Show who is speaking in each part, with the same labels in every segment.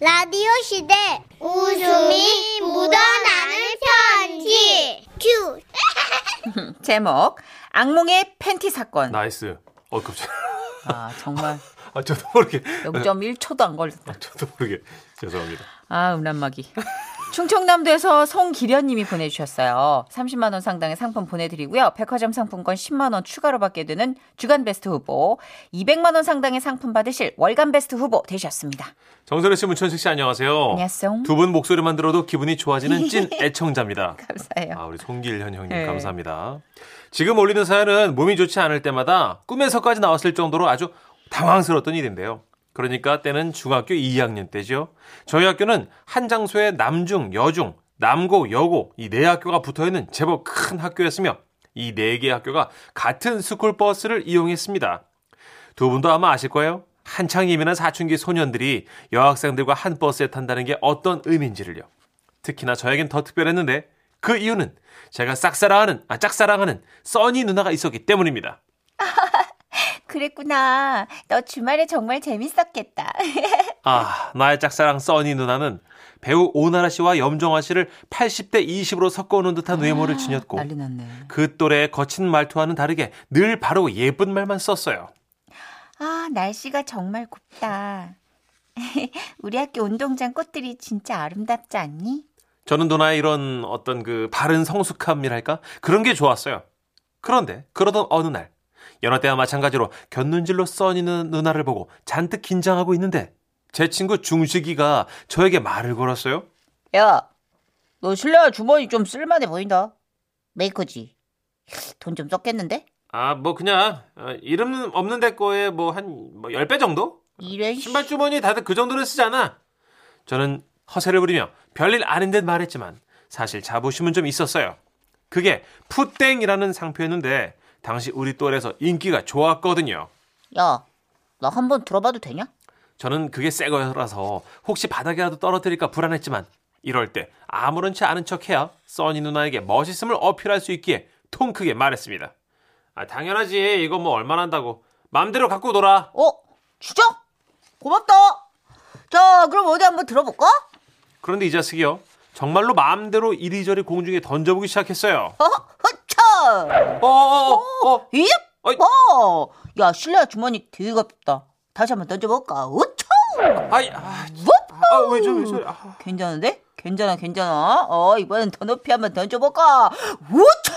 Speaker 1: 라디오 시대 웃음이 묻어나는 편지 큐
Speaker 2: 제목 악몽의 팬티 사건.
Speaker 3: 나이스. 어 깜짝.
Speaker 2: 아 정말
Speaker 3: 아 저도 모르게.
Speaker 2: 0.1초도 안 걸렸다.
Speaker 3: 저도 모르게 죄송합니다.
Speaker 2: 아 음란마귀. 충청남도에서 송기련님이 보내주셨어요. 30만 원 상당의 상품 보내드리고요. 백화점 상품권 10만 원 추가로 받게 되는 주간 베스트 후보, 200만 원 상당의 상품 받으실 월간 베스트 후보 되셨습니다.
Speaker 3: 정선혜 씨, 문천식 씨 안녕하세요.
Speaker 2: 안녕하세요.
Speaker 3: 두 분 목소리만 들어도 기분이 좋아지는 찐 애청자입니다.
Speaker 2: 감사해요.
Speaker 3: 아 우리 송길현 형님
Speaker 2: 네.
Speaker 3: 감사합니다. 지금 올리는 사연은 몸이 좋지 않을 때마다 꿈에서까지 나왔을 정도로 아주 당황스러웠던 일인데요. 그러니까 때는 중학교 2학년 때죠. 저희 학교는 한 장소에 남중, 여중, 남고, 여고 이 네 학교가 붙어있는 제법 큰 학교였으며 이 네 개의 학교가 같은 스쿨버스를 이용했습니다. 두 분도 아마 아실 거예요. 한창 예민한 사춘기 소년들이 여학생들과 한 버스에 탄다는 게 어떤 의미인지를요. 특히나 저에겐 더 특별했는데 그 이유는 제가 싹사랑하는 아 짝사랑하는 써니 누나가 있었기 때문입니다.
Speaker 2: 그랬구나. 너 주말에 정말 재밌었겠다.
Speaker 3: 아 나의 짝사랑 써니 누나는 배우 오나라 씨와 염정아 씨를 80대 20으로 섞어오는 듯한 외모를 지녔고
Speaker 2: 아, 난리 났네.
Speaker 3: 그 또래의 거친 말투와는 다르게 늘 바로 예쁜 말만 썼어요.
Speaker 2: 아, 날씨가 정말 곱다. 우리 학교 운동장 꽃들이 진짜 아름답지 않니?
Speaker 3: 저는 누나의 이런 어떤 그 바른 성숙함이랄까 그런 게 좋았어요. 그런데 그러던 어느 날 연하 때와 마찬가지로 견눈질로 써니는 누나를 보고 잔뜩 긴장하고 있는데 제 친구 중식이가 저에게 말을 걸었어요.
Speaker 2: 야, 너 실내화 주머니 좀 쓸만해 보인다. 메이커지. 돈 좀 썼겠는데?
Speaker 3: 아 뭐 그냥 이름 없는 데 거에 뭐 한 뭐 10배 정도?
Speaker 2: 이런 씨.
Speaker 3: 신발 주머니 다들 그 정도는 쓰잖아. 저는 허세를 부리며 별일 아닌 듯 말했지만 사실 자부심은 좀 있었어요. 그게 푸땡이라는 상표였는데 당시 우리 또래에서 인기가 좋았거든요.
Speaker 2: 야, 나 한 번 들어봐도 되냐?
Speaker 3: 저는 그게 새 거라서 혹시 바닥에라도 떨어뜨릴까 불안했지만 이럴 때 아무렇지 않은 척해야 써니 누나에게 멋있음을 어필할 수 있기에 통 크게 말했습니다. 아 당연하지 이거 뭐 얼마나 한다고 맘대로 갖고 놀아.
Speaker 2: 어, 진짜? 고맙다. 자, 그럼 어디 한번 들어볼까?
Speaker 3: 그런데 이 자식이요 정말로 마음대로 이리저리 공중에 던져보기 시작했어요. 어,
Speaker 2: 어, 허차.
Speaker 3: 어어어어
Speaker 2: 이?
Speaker 3: 어이.
Speaker 2: 어, 야, 실내화 주머니 되게 가볍다. 다시 한번 던져볼까? 우차.
Speaker 3: 아이 아왜저왜 저? 아,
Speaker 2: 괜찮은데? 괜찮아, 괜찮아. 어, 이번엔 더 높이 한번 던져볼까? 우차!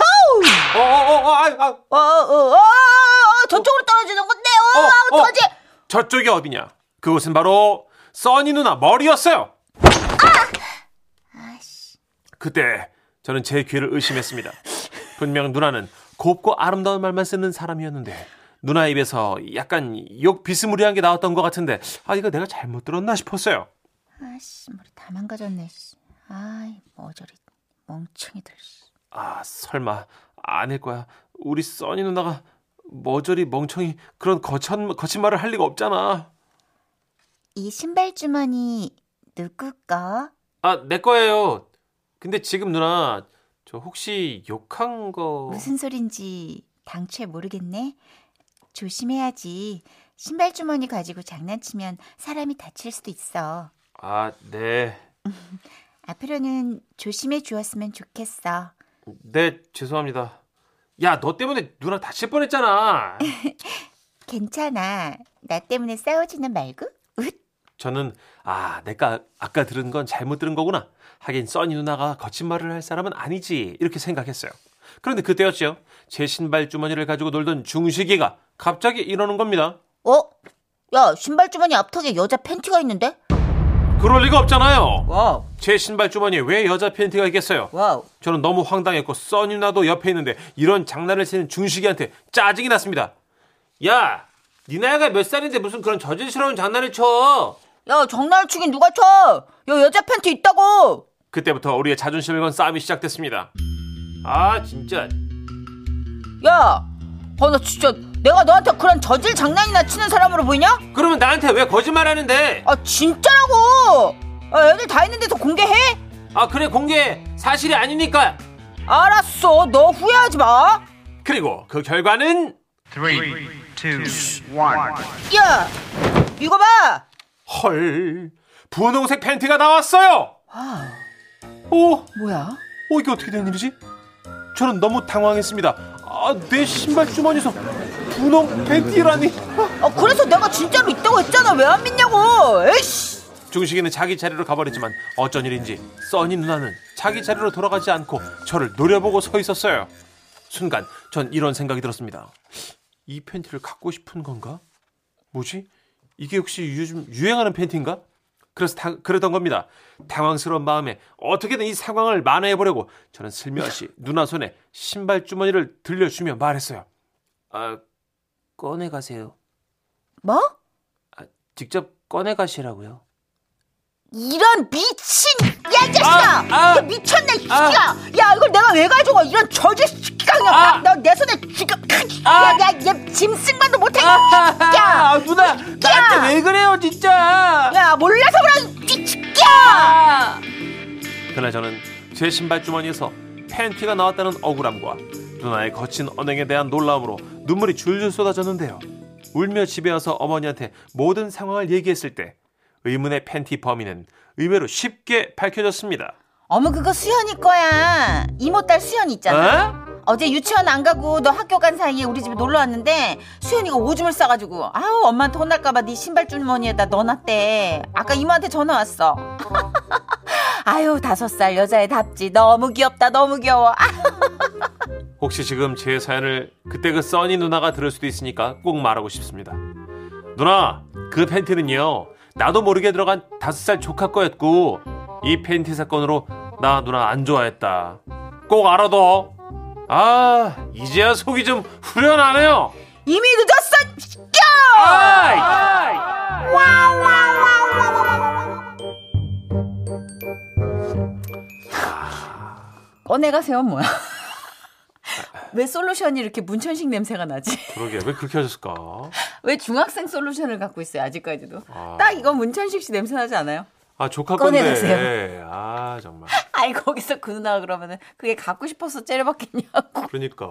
Speaker 3: 어어어 아이 아
Speaker 2: 어, 어, 어, 어, 저쪽으로 떨어지는 건데, 어,
Speaker 3: 어, 어.
Speaker 2: 어떡하지?
Speaker 3: 저쪽이 어디냐? 그곳은 바로 써니 누나 머리였어요. 그때 저는 제 귀를 의심했습니다. 분명 누나는 곱고 아름다운 말만 쓰는 사람이었는데 누나 입에서 약간 욕 비스무리한 게 나왔던 것 같은데 아 이거 내가 잘못 들었나 싶었어요.
Speaker 2: 아씨, 머리 다 망가졌네, 씨. 아이, 머저리, 멍청이들, 씨.
Speaker 3: 아 설마 아닐 거야. 우리 써니 누나가 머저리 멍청이 그런 거친 거친 말을 할 리가 없잖아.
Speaker 2: 이 신발 주머니, 누구 거?
Speaker 3: 아, 내 거예요. 근데 지금 누나, 저 혹시 욕한 거.
Speaker 2: 무슨 소린지 당최 모르겠네. 조심해야지. 신발 주머니 가지고 장난치면 사람이 다칠 수도 있어.
Speaker 3: 아, 네.
Speaker 2: 앞으로는 조심해 주었으면 좋겠어.
Speaker 3: 네, 죄송합니다. 야, 너 때문에 누나 다칠 뻔 했잖아.
Speaker 2: 괜찮아. 나 때문에 싸우지는 말고. 웃.
Speaker 3: 저는, 아, 내가 아까 들은 건 잘못 들은 거구나. 하긴, 써니 누나가 거짓말을 할 사람은 아니지. 이렇게 생각했어요. 그런데 그때였죠. 제 신발 주머니를 가지고 놀던 중식이가 갑자기 이러는 겁니다.
Speaker 2: 어? 야, 신발 주머니 앞턱에 여자 팬티가 있는데?
Speaker 3: 그럴 리가 없잖아요.
Speaker 2: 와우,
Speaker 3: 제 신발 주머니에 왜 여자 팬티가 있겠어요?
Speaker 2: 와우.
Speaker 3: 저는 너무 황당했고 써니 누나도 옆에 있는데 이런 장난을 치는 중식이한테 짜증이 났습니다. 야, 니 나이가 몇 살인데 무슨 그런 저질스러운 장난을 쳐?
Speaker 2: 야, 장난을 치긴 누가 쳐? 야, 여자 팬티 있다고.
Speaker 3: 그때부터 우리의 자존심을 건 싸움이 시작됐습니다. 아, 진짜.
Speaker 2: 야, 어, 나 진짜 내가 너한테 그런 저질 장난이나 치는 사람으로 보이냐?
Speaker 3: 그러면 나한테 왜 거짓말하는데?
Speaker 2: 아, 진짜라고. 아, 애들 다 있는데서 공개해?
Speaker 3: 아, 그래 공개 사실이 아니니까.
Speaker 2: 알았어, 너 후회하지 마.
Speaker 3: 그리고 그 결과는
Speaker 4: Three, two, one.
Speaker 2: 야, 이거 봐.
Speaker 3: 헐, 분홍색 팬티가 나왔어요!
Speaker 2: 와,
Speaker 3: 오,
Speaker 2: 뭐야?
Speaker 3: 어, 이게 어떻게 된 일이지? 저는 너무 당황했습니다. 아, 내 신발 주머니에서 분홍 팬티라니.
Speaker 2: 아, 그래서 내가 진짜로 있다고 했잖아. 왜 안 믿냐고. 에이씨.
Speaker 3: 중식이는 자기 자리로 가버렸지만 어쩐 일인지 써니 누나는 자기 자리로 돌아가지 않고 저를 노려보고 서 있었어요. 순간 전 이런 생각이 들었습니다. 이 팬티를 갖고 싶은 건가? 뭐지? 이게 혹시 요즘 유행하는 팬티인가? 그래서 다, 그러던 겁니다. 당황스러운 마음에 어떻게든 이 상황을 만회해보려고 저는 슬며시 누나 손에 신발 주머니를 들려주며 말했어요. 아, 꺼내가세요.
Speaker 2: 뭐?
Speaker 3: 직접 꺼내가시라고요.
Speaker 2: 이런 미친 야 이 자식아!
Speaker 3: 아, 아.
Speaker 2: 너 미쳤네 이
Speaker 3: 아.
Speaker 2: 새끼야! 야 이걸 내가 왜 가져가 이런 저질 새끼가 그냥
Speaker 3: 아.
Speaker 2: 너내 손에 지금
Speaker 3: 아.
Speaker 2: 야얘 짐승만도 못해 이 새끼야!
Speaker 3: 아, 누나 나한테 왜 그래요 진짜
Speaker 2: 야 몰라서 그런 이
Speaker 3: 아.
Speaker 2: 새끼야!
Speaker 3: 그날 저는 제 신발 주머니에서 팬티가 나왔다는 억울함과 누나의 거친 언행에 대한 놀라움으로 눈물이 줄줄 쏟아졌는데요 울며 집에 와서 어머니한테 모든 상황을 얘기했을 때 의문의 팬티 범인은 의외로 쉽게 밝혀졌습니다
Speaker 2: 어머 그거 수현이 거야 이모 딸 수현이 있잖아
Speaker 3: 어?
Speaker 2: 어제 유치원 안 가고 너 학교 간 사이에 우리 집에 놀러 왔는데 수현이가 오줌을 싸가지고 아우 엄마한테 혼날까봐 네 신발 주머니에다 넣어놨대 아까 이모한테 전화 왔어 아유 다섯 살 여자애 답지 너무 귀엽다 너무 귀여워 아,
Speaker 3: 혹시 지금 제 사연을 그때 그 써니 누나가 들을 수도 있으니까 꼭 말하고 싶습니다 누나 그 팬티는요 나도 모르게 들어간 다섯 살 조카 거였고 이 팬티 사건으로 나 누나 안 좋아했다 꼭 알아둬 아 이제야 속이 좀 후련하네요
Speaker 2: 이미 늦었어 시켜
Speaker 3: 아이!
Speaker 2: 어, 꺼내가세요 뭐야 왜 솔루션이 이렇게 문천식 냄새가 나지
Speaker 3: 그러게 왜 그렇게 하셨을까
Speaker 2: 왜 중학생 솔루션을 갖고 있어요 아직까지도
Speaker 3: 아.
Speaker 2: 딱 이거 문천식 씨 냄새 나지 않아요?
Speaker 3: 아 조카 건데
Speaker 2: 꺼내가세요.
Speaker 3: 아 정말
Speaker 2: 아이 거기서 그 누나가 그러면은 그게 갖고 싶어서 째려봤겠냐고
Speaker 3: 그러니까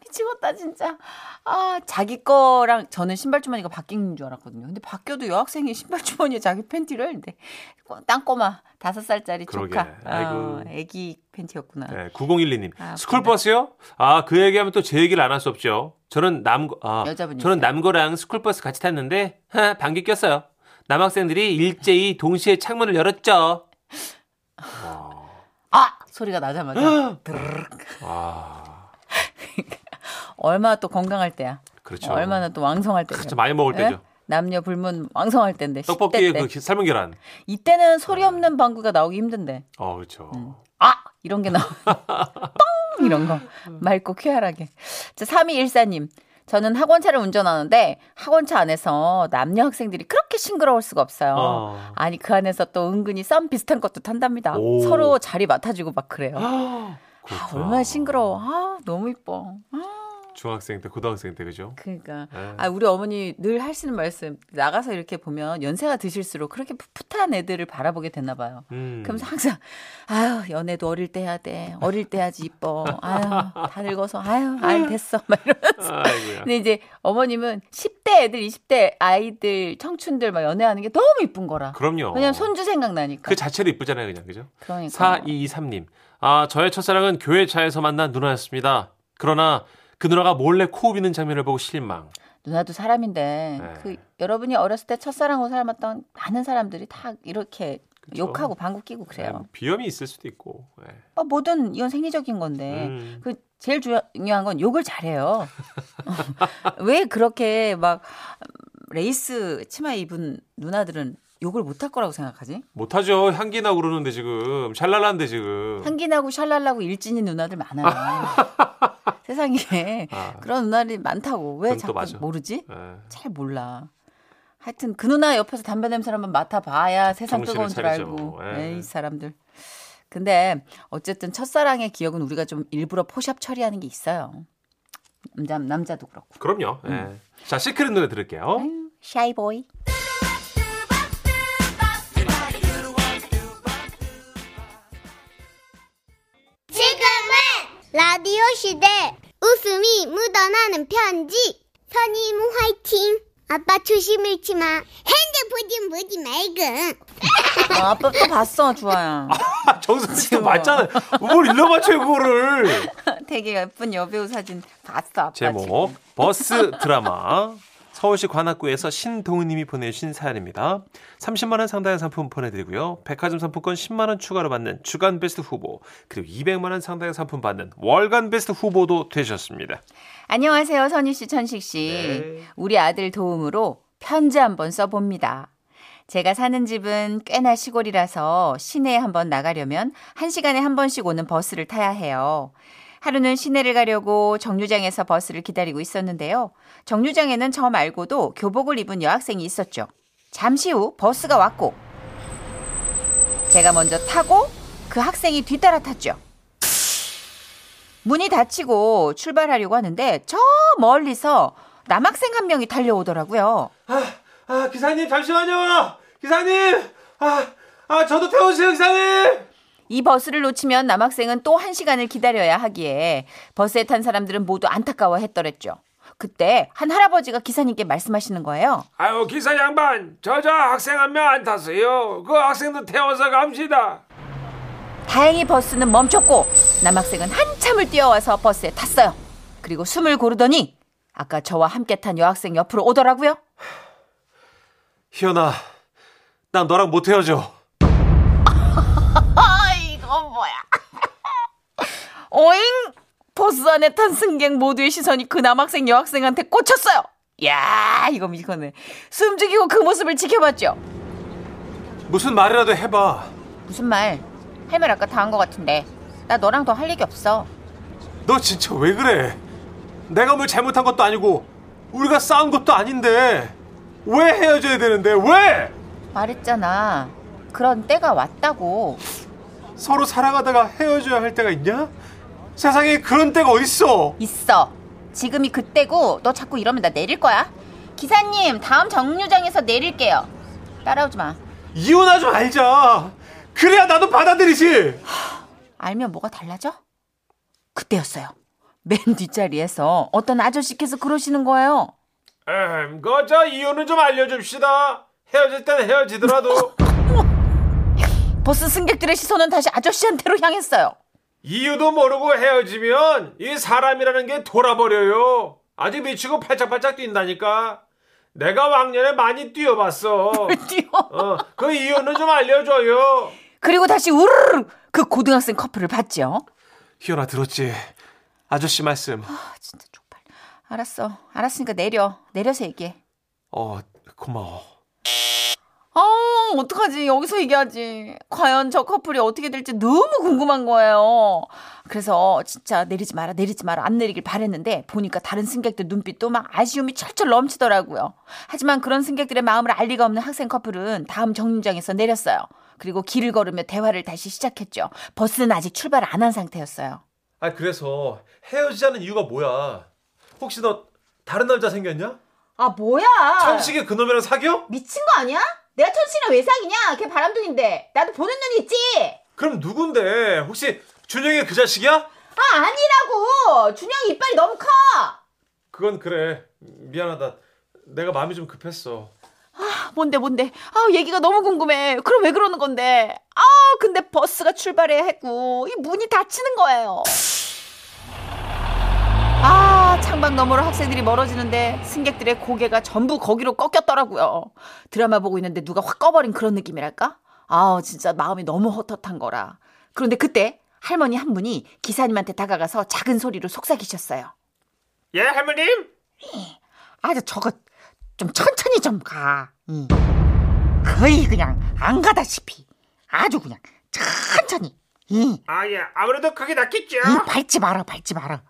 Speaker 2: 미치겠다 진짜 아 자기 거랑 저는 신발 주머니가 바뀐 줄 알았거든요 근데 바뀌어도 여학생이 신발 주머니에 자기 팬티를 근데 꼬- 땅꼬마 다섯 살짜리
Speaker 3: 그러게.
Speaker 2: 조카 아,
Speaker 3: 아이고.
Speaker 2: 애기 팬티였구나
Speaker 3: 네, 9012님
Speaker 2: 아,
Speaker 3: 스쿨버스요? 아 그 얘기하면 또 제 얘기를 안 할 수 없죠 저는 남 아,
Speaker 2: 여자분이세요?
Speaker 3: 저는 남고랑 스쿨버스 같이 탔는데 하, 방귀 꼈어요 남학생들이 일제히 동시에 창문을 열었죠
Speaker 2: 아 소리가 나자마자 드르륵.
Speaker 3: 아
Speaker 2: 얼마나 또 건강할 때야
Speaker 3: 그렇죠.
Speaker 2: 얼마나 또 왕성할 때야
Speaker 3: 그렇죠. 많이 먹을
Speaker 2: 예?
Speaker 3: 때죠.
Speaker 2: 남녀 불문 왕성할 때인데 10대
Speaker 3: 떡볶이에
Speaker 2: 때
Speaker 3: 그 아. 삶은 계란.
Speaker 2: 이때는 소리 없는 방구가 나오기 힘든데
Speaker 3: 어, 그렇죠.
Speaker 2: 아! 이런 게 나와. 뻥! 이런 거. 맑고 쾌활하게. 자, 3214님. 저는 학원차를 운전하는데 학원차 안에서 남녀 학생들이 그렇게 싱그러울 수가 없어요.
Speaker 3: 어.
Speaker 2: 아니 그 안에서 또 은근히 썸 비슷한 것도 탄답니다.
Speaker 3: 오.
Speaker 2: 서로 자리 맡아주고 막 그래요. 아,
Speaker 3: 그렇구나.
Speaker 2: 얼마나 싱그러워. 아 너무 이뻐. 아,
Speaker 3: 중학생 때, 고등학생 때 그죠?
Speaker 2: 그러니까
Speaker 3: 네.
Speaker 2: 아 우리 어머니 늘 하시는 말씀 나가서 이렇게 보면 연세가 드실수록 그렇게 풋풋한 애들을 바라보게 되나 봐요.
Speaker 3: 음.
Speaker 2: 그러면서 항상 아유 연애도 어릴 때 해야 돼 어릴 때 해야지 이뻐 아유 다 늙어서 아유 아이 됐어 막 이러면서
Speaker 3: 아이고야.
Speaker 2: 근데 이제 어머님은 10대 애들 20대 아이들 청춘들 막 연애하는 게 너무 이쁜 거라
Speaker 3: 그럼요.
Speaker 2: 왜냐면 손주 생각나니까
Speaker 3: 그 자체로 이쁘잖아요, 그냥 그죠?
Speaker 2: 그러니까
Speaker 3: 4223님. 아, 저의 첫사랑은 교회 차에서 만난 누나였습니다. 그러나 그 누나가 몰래 코 비는 장면을 보고 실망.
Speaker 2: 누나도 사람인데
Speaker 3: 네.
Speaker 2: 그 여러분이 어렸을 때 첫사랑으로 삶았던 많은 사람들이 다 이렇게
Speaker 3: 그쵸.
Speaker 2: 욕하고 방구 끼고 그래요
Speaker 3: 네, 비염이 있을 수도 있고. 네.
Speaker 2: 어, 뭐든 이건 생리적인 건데
Speaker 3: 음.
Speaker 2: 그 제일 중요한 건 욕을 잘해요. 왜 그렇게 막 레이스 치마 입은 누나들은 욕을 못할 거라고 생각하지?
Speaker 3: 못하죠. 향기 나고 그러는데 지금. 잘 날랐는데 지금.
Speaker 2: 한기나고 샬랄라고 일진인 누나들 많아요. 세상에
Speaker 3: 아.
Speaker 2: 그런 누나들이 많다고 왜
Speaker 3: 그건 또
Speaker 2: 자꾸
Speaker 3: 맞아.
Speaker 2: 모르지?
Speaker 3: 네.
Speaker 2: 잘 몰라. 하여튼 그 누나 옆에서 담배 냄새를 한번 맡아봐야 세상
Speaker 3: 정신을
Speaker 2: 뜨거운 줄
Speaker 3: 차리죠.
Speaker 2: 알고 네,
Speaker 3: 예.
Speaker 2: 에이 사람들. 근데 어쨌든 첫사랑의 기억은 우리가 좀 일부러 포샵 처리하는 게 있어요. 남자 남자도 그렇고.
Speaker 3: 그럼요. 예.
Speaker 2: 음.
Speaker 3: 자, 시크릿 노래 들을게요.
Speaker 2: 아유, 샤이보이.
Speaker 1: 지금은 라디오 시대 웃음이 묻어나는 편지 선임 화이팅 아빠 조심 잃지 마. 핸드 보지 보지 말고.
Speaker 2: 아, 아빠 또 봤어, 주아야.
Speaker 3: 정선 씨도
Speaker 2: 뭐.
Speaker 3: 맞잖아요. 뭘 일러 맞춰요 그거를.
Speaker 2: 되게 예쁜 여배우 사진 봤어, 아빠. 지금.
Speaker 3: 제목 버스 드라마 서울시 관악구에서 신동우님이 보내주신 사연입니다. 30만 원 상당의 상품 보내드리고요. 백화점 상품권 10만 원 추가로 받는 주간 베스트 후보 그리고 200만 원 상당의 상품 받는 월간 베스트 후보도 되셨습니다.
Speaker 2: 안녕하세요, 선희 씨, 천식 씨. 우리 아들 도움으로 편지 한번 써봅니다. 제가 사는 집은 꽤나 시골이라서 시내에 한번 나가려면 한시간에한 번씩 오는 버스를 타야 해요. 하루는 시내를 가려고 정류장에서 버스를 기다리고 있었는데요. 정류장에는 저 말고도 교복을 입은 여학생이 있었죠. 잠시 후 버스가 왔고 제가 먼저 타고 그 학생이 뒤따라 탔죠. 문이 닫히고 출발하려고 하는데 저 멀리서 남학생 한 명이 달려오더라고요.
Speaker 3: 아, 아 기사님 잠시만요. 기사님, 아, 아 저도 태워주세요 기사님.
Speaker 2: 이 버스를 놓치면 남학생은 또 한시간을 기다려야 하기에 버스에 탄 사람들은 모두 안타까워했더랬죠. 그때 한 할아버지가 기사님께 말씀하시는 거예요.
Speaker 4: 아유 기사 양반 저 저 학생 한 명 안 탔어요 그 학생도 태워서 갑시다
Speaker 2: 다행히 버스는 멈췄고 남학생은 한참을 뛰어와서 버스에 탔어요. 그리고 숨을 고르더니 아까 저와 함께 탄 여학생 옆으로 오더라고요.
Speaker 3: 희연아, 난 너랑 못 헤어져.
Speaker 2: 어잉! 버스 안에 탄 승객 모두의 시선이 그 남학생 여학생한테 꽂혔어요. 야, 이거 이거는 숨죽이고 그 모습을 지켜봤죠.
Speaker 3: 무슨 말이라도 해봐.
Speaker 2: 무슨 말? 할 말 아까 다 한 것 같은데 나 너랑 더 할 얘기 없어.
Speaker 3: 너 진짜 왜 그래? 내가 뭘 잘못한 것도 아니고 우리가 싸운 것도 아닌데 왜 헤어져야 되는데 왜?
Speaker 2: 말했잖아. 그런 때가 왔다고.
Speaker 3: 서로 사랑하다가 헤어져야 할 때가 있냐? 세상에 그런 때가 어딨어?
Speaker 2: 있어. 지금이 그때고 너 자꾸 이러면 나 내릴 거야. 기사님 다음 정류장에서 내릴게요. 따라오지 마.
Speaker 3: 이혼하지 말자. 그래야 나도 받아들이지.
Speaker 2: 알면 뭐가 달라져? 그때였어요. 맨 뒷자리에서 어떤 아저씨께서 그러시는 거예요.
Speaker 4: 그저 이유는 좀 알려줍시다 헤어질 땐 헤어지더라도
Speaker 2: 버스 승객들의 시선은 다시 아저씨한테로 향했어요.
Speaker 4: 이유도 모르고 헤어지면 이 사람이라는 게 돌아버려요 아주 미치고 팔짝팔짝 뛴다니까 내가 왕년에 많이 뛰어봤어
Speaker 2: 뛰어.
Speaker 4: 어, 그 이유는 좀 알려줘요
Speaker 2: 그리고 다시 우르르 그 고등학생 커플을 봤죠.
Speaker 3: 희연아 들었지? 아저씨 말씀.
Speaker 2: 아 진짜 쪽팔. 알았어. 알았으니까 내려. 내려서 얘기해.
Speaker 3: 어 고마워.
Speaker 2: 아, 어떡하지. 여기서 얘기하지. 과연 저 커플이 어떻게 될지 너무 궁금한 거예요. 그래서 어, 진짜 내리지 마라, 내리지 마라, 안 내리길 바랬는데 보니까 다른 승객들 눈빛도 막 아쉬움이 철철 넘치더라고요. 하지만 그런 승객들의 마음을 알 리가 없는 학생 커플은 다음 정류장에서 내렸어요. 그리고 길을 걸으며 대화를 다시 시작했죠. 버스는 아직 출발을 안 한 상태였어요.
Speaker 3: 아 그래서 헤어지자는 이유가 뭐야? 혹시 너 다른 남자 생겼냐?
Speaker 2: 아, 뭐야!
Speaker 3: 천식이 그놈이랑 사겨?
Speaker 2: 미친 거 아니야? 내가 천신이랑 왜 사귀냐? 걔 바람둥인데. 나도 보는 눈이 있지!
Speaker 3: 그럼 누군데? 혹시 준영이 그 자식이야?
Speaker 2: 아, 아니라고! 준영이 이빨이 너무 커!
Speaker 3: 그건 그래. 미안하다. 내가 마음이 좀 급했어.
Speaker 2: 뭔데, 뭔데? 아, 얘기가 너무 궁금해. 그럼 왜 그러는 건데? 아, 근데 버스가 출발해야 했고, 이 문이 닫히는 거예요. 아, 창밖 너머로 학생들이 멀어지는데 승객들의 고개가 전부 거기로 꺾였더라고요. 드라마 보고 있는데 누가 확 꺼버린 그런 느낌이랄까? 아, 진짜 마음이 너무 헛헛한 거라. 그런데 그때 할머니 한 분이 기사님한테 다가가서 작은 소리로 속삭이셨어요.
Speaker 4: 예 할머님
Speaker 2: 아, 저거 좀 천천히 좀 가. 응. 거의 그냥 안 가다시피 아주 그냥 천천히. 음. 응.
Speaker 4: 아예 아무래도 그게 낫겠죠
Speaker 2: 응, 밟지 마라, 밟지 마라.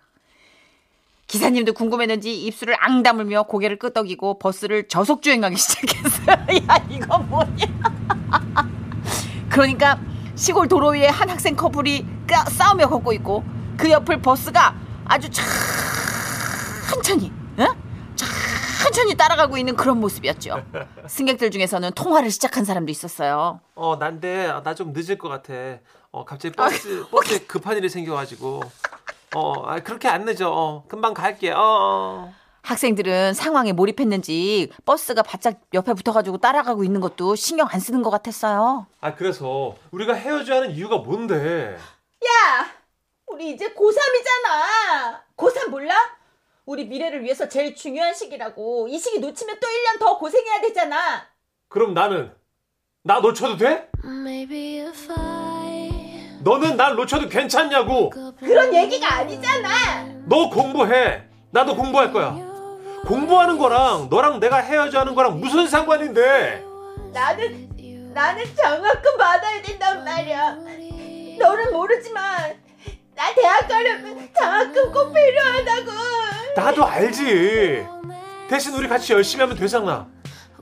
Speaker 2: 기사님도 궁금했는지 입술을 앙 다물며 고개를 끄덕이고 버스를 저속 주행하기 시작했어요. 야, 이건 뭐냐? 그러니까 시골 도로 위에 한 학생 커플이 까- 싸우며 걷고 있고 그 옆을 버스가 아주 천천히, 응? 천천히 따라가고 있는 그런 모습이었죠. 승객들 중에서는 통화를 시작한 사람도 있었어요.
Speaker 3: 어, 난데 나 좀 늦을 것 같아. 어, 갑자기 버스 버스에 급한 일이 생겨가지고. 어, 아, 그렇게 안 늦어. 어, 금방 갈게. 어, 어.
Speaker 2: 학생들은 상황에 몰입했는지 버스가 바짝 옆에 붙어가지고 따라가고 있는 것도 신경 안 쓰는 것 같았어요.
Speaker 3: 아 그래서 우리가 헤어져야 하는 이유가 뭔데?
Speaker 5: 야! 우리 이제 고3이잖아! 고3 몰라? 우리 미래를 위해서 제일 중요한 시기라고. 이 시기 놓치면 또 1년 더 고생해야 되잖아!
Speaker 3: 그럼 나는 나 놓쳐도 돼?
Speaker 6: Maybe if I
Speaker 3: 너는 날 놓쳐도 괜찮냐고?
Speaker 5: 그런 얘기가 아니잖아!
Speaker 3: 너 공부해. 나도 공부할 거야. 공부하는 거랑 너랑 내가 헤어져 하는 거랑 무슨 상관인데?
Speaker 5: 나는, 나는 장학금 받아야 된단 말이야. 너는 모르지만, 나 대학 가려면 장학금 꼭 필요하다고!
Speaker 3: 나도 알지. 대신 우리 같이 열심히 하면 되잖아.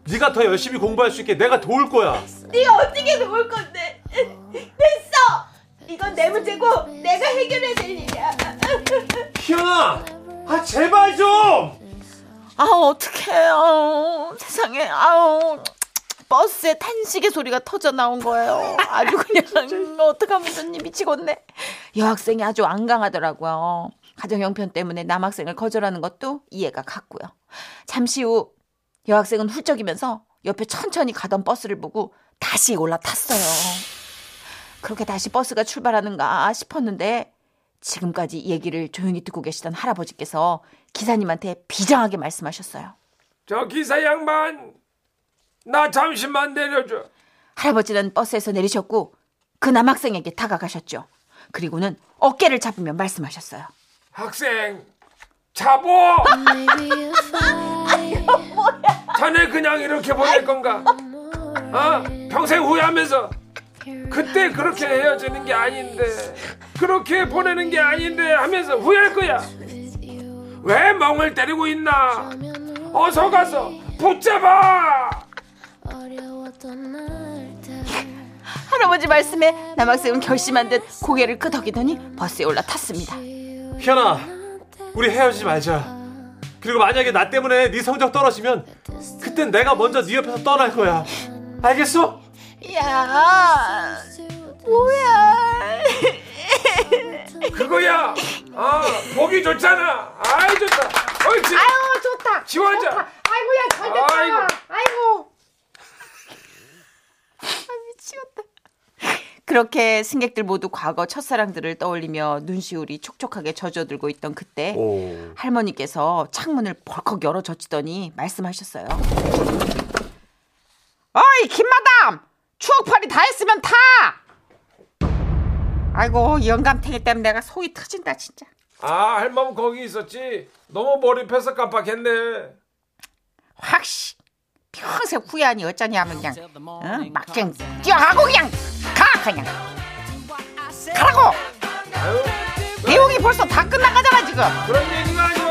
Speaker 3: 네가 더 열심히 공부할 수 있게 내가 도울 거야.
Speaker 5: 네가 어떻게 도울 건데? 됐어! 이건 내 문제고 내가 해결해야 될 일이야.
Speaker 3: 희연아, 아 제발 좀.
Speaker 2: 아우 어떡해 아우 세상에 아우 버스에 탄식의 소리가 터져 나온 거예요 아주 그냥 음, 어떡하면 좋니 미치겠네 여학생이 아주 안강하더라고요 가정 형편 때문에 남학생을 거절하는 것도 이해가 갔고요 잠시 후 여학생은 훌쩍이면서 옆에 천천히 가던 버스를 보고 다시 올라탔어요 그렇게 다시 버스가 출발하는가 싶었는데 지금까지 얘기를 조용히 듣고 계시던 할아버지께서 기사님한테 비장하게 말씀하셨어요.
Speaker 4: 저 기사 양반 나 잠시만 내려줘.
Speaker 2: 할아버지는 버스에서 내리셨고 그 남학생에게 다가가셨죠. 그리고는 어깨를 잡으며 말씀하셨어요.
Speaker 4: 학생 자보
Speaker 6: Maybe if I
Speaker 4: 자네 그냥 이렇게 보낼 건가? 아 평생 후회하면서 그때 그렇게 헤어지는 게 아닌데 그렇게 보내는 게 아닌데 하면서 후회할 거야. 왜 멍을 때리고 있나? 어서 가서 붙잡아.
Speaker 6: 어려웠던 날들
Speaker 2: 할아버지 말씀에 남학생은 결심한 듯 고개를 끄덕이더니 버스에 올라탔습니다.
Speaker 3: 희연아, 우리 헤어지지 말자. 그리고 만약에 나 때문에 네 성적 떨어지면 그땐 내가 먼저 네 옆에서 떠날 거야. 알겠어?
Speaker 2: 야, 뭐야?
Speaker 4: 그거야. 아 보기 좋잖아. 아이 좋다. 옳지. 아유 좋다. 지원자.
Speaker 5: 아이고야 잘 됐다.
Speaker 4: 아이고.
Speaker 5: 아이고.
Speaker 2: 그렇게 승객들 모두 과거 첫사랑들을 떠올리며 눈시울이 촉촉하게 젖어들고 있던 그때 할머니께서 창문을 벌컥 열어 젖히더니 말씀하셨어요. 어이 김마담 추억팔이 다 했으면 타. 아이고 영감탱이 때문에 내가 속이 터진다 진짜.
Speaker 4: 아 할멈 거기 있었지. 너무 몰입해서 깜빡했네.
Speaker 2: 확씨 평생 후회하니 어쩌냐 하면 그냥 응? 막장 뛰어가고 그냥 가 그냥 가라고
Speaker 4: 아유
Speaker 2: 내용이 벌써 다 끝나가잖아 지금.
Speaker 4: 그런 얘기가 아니야.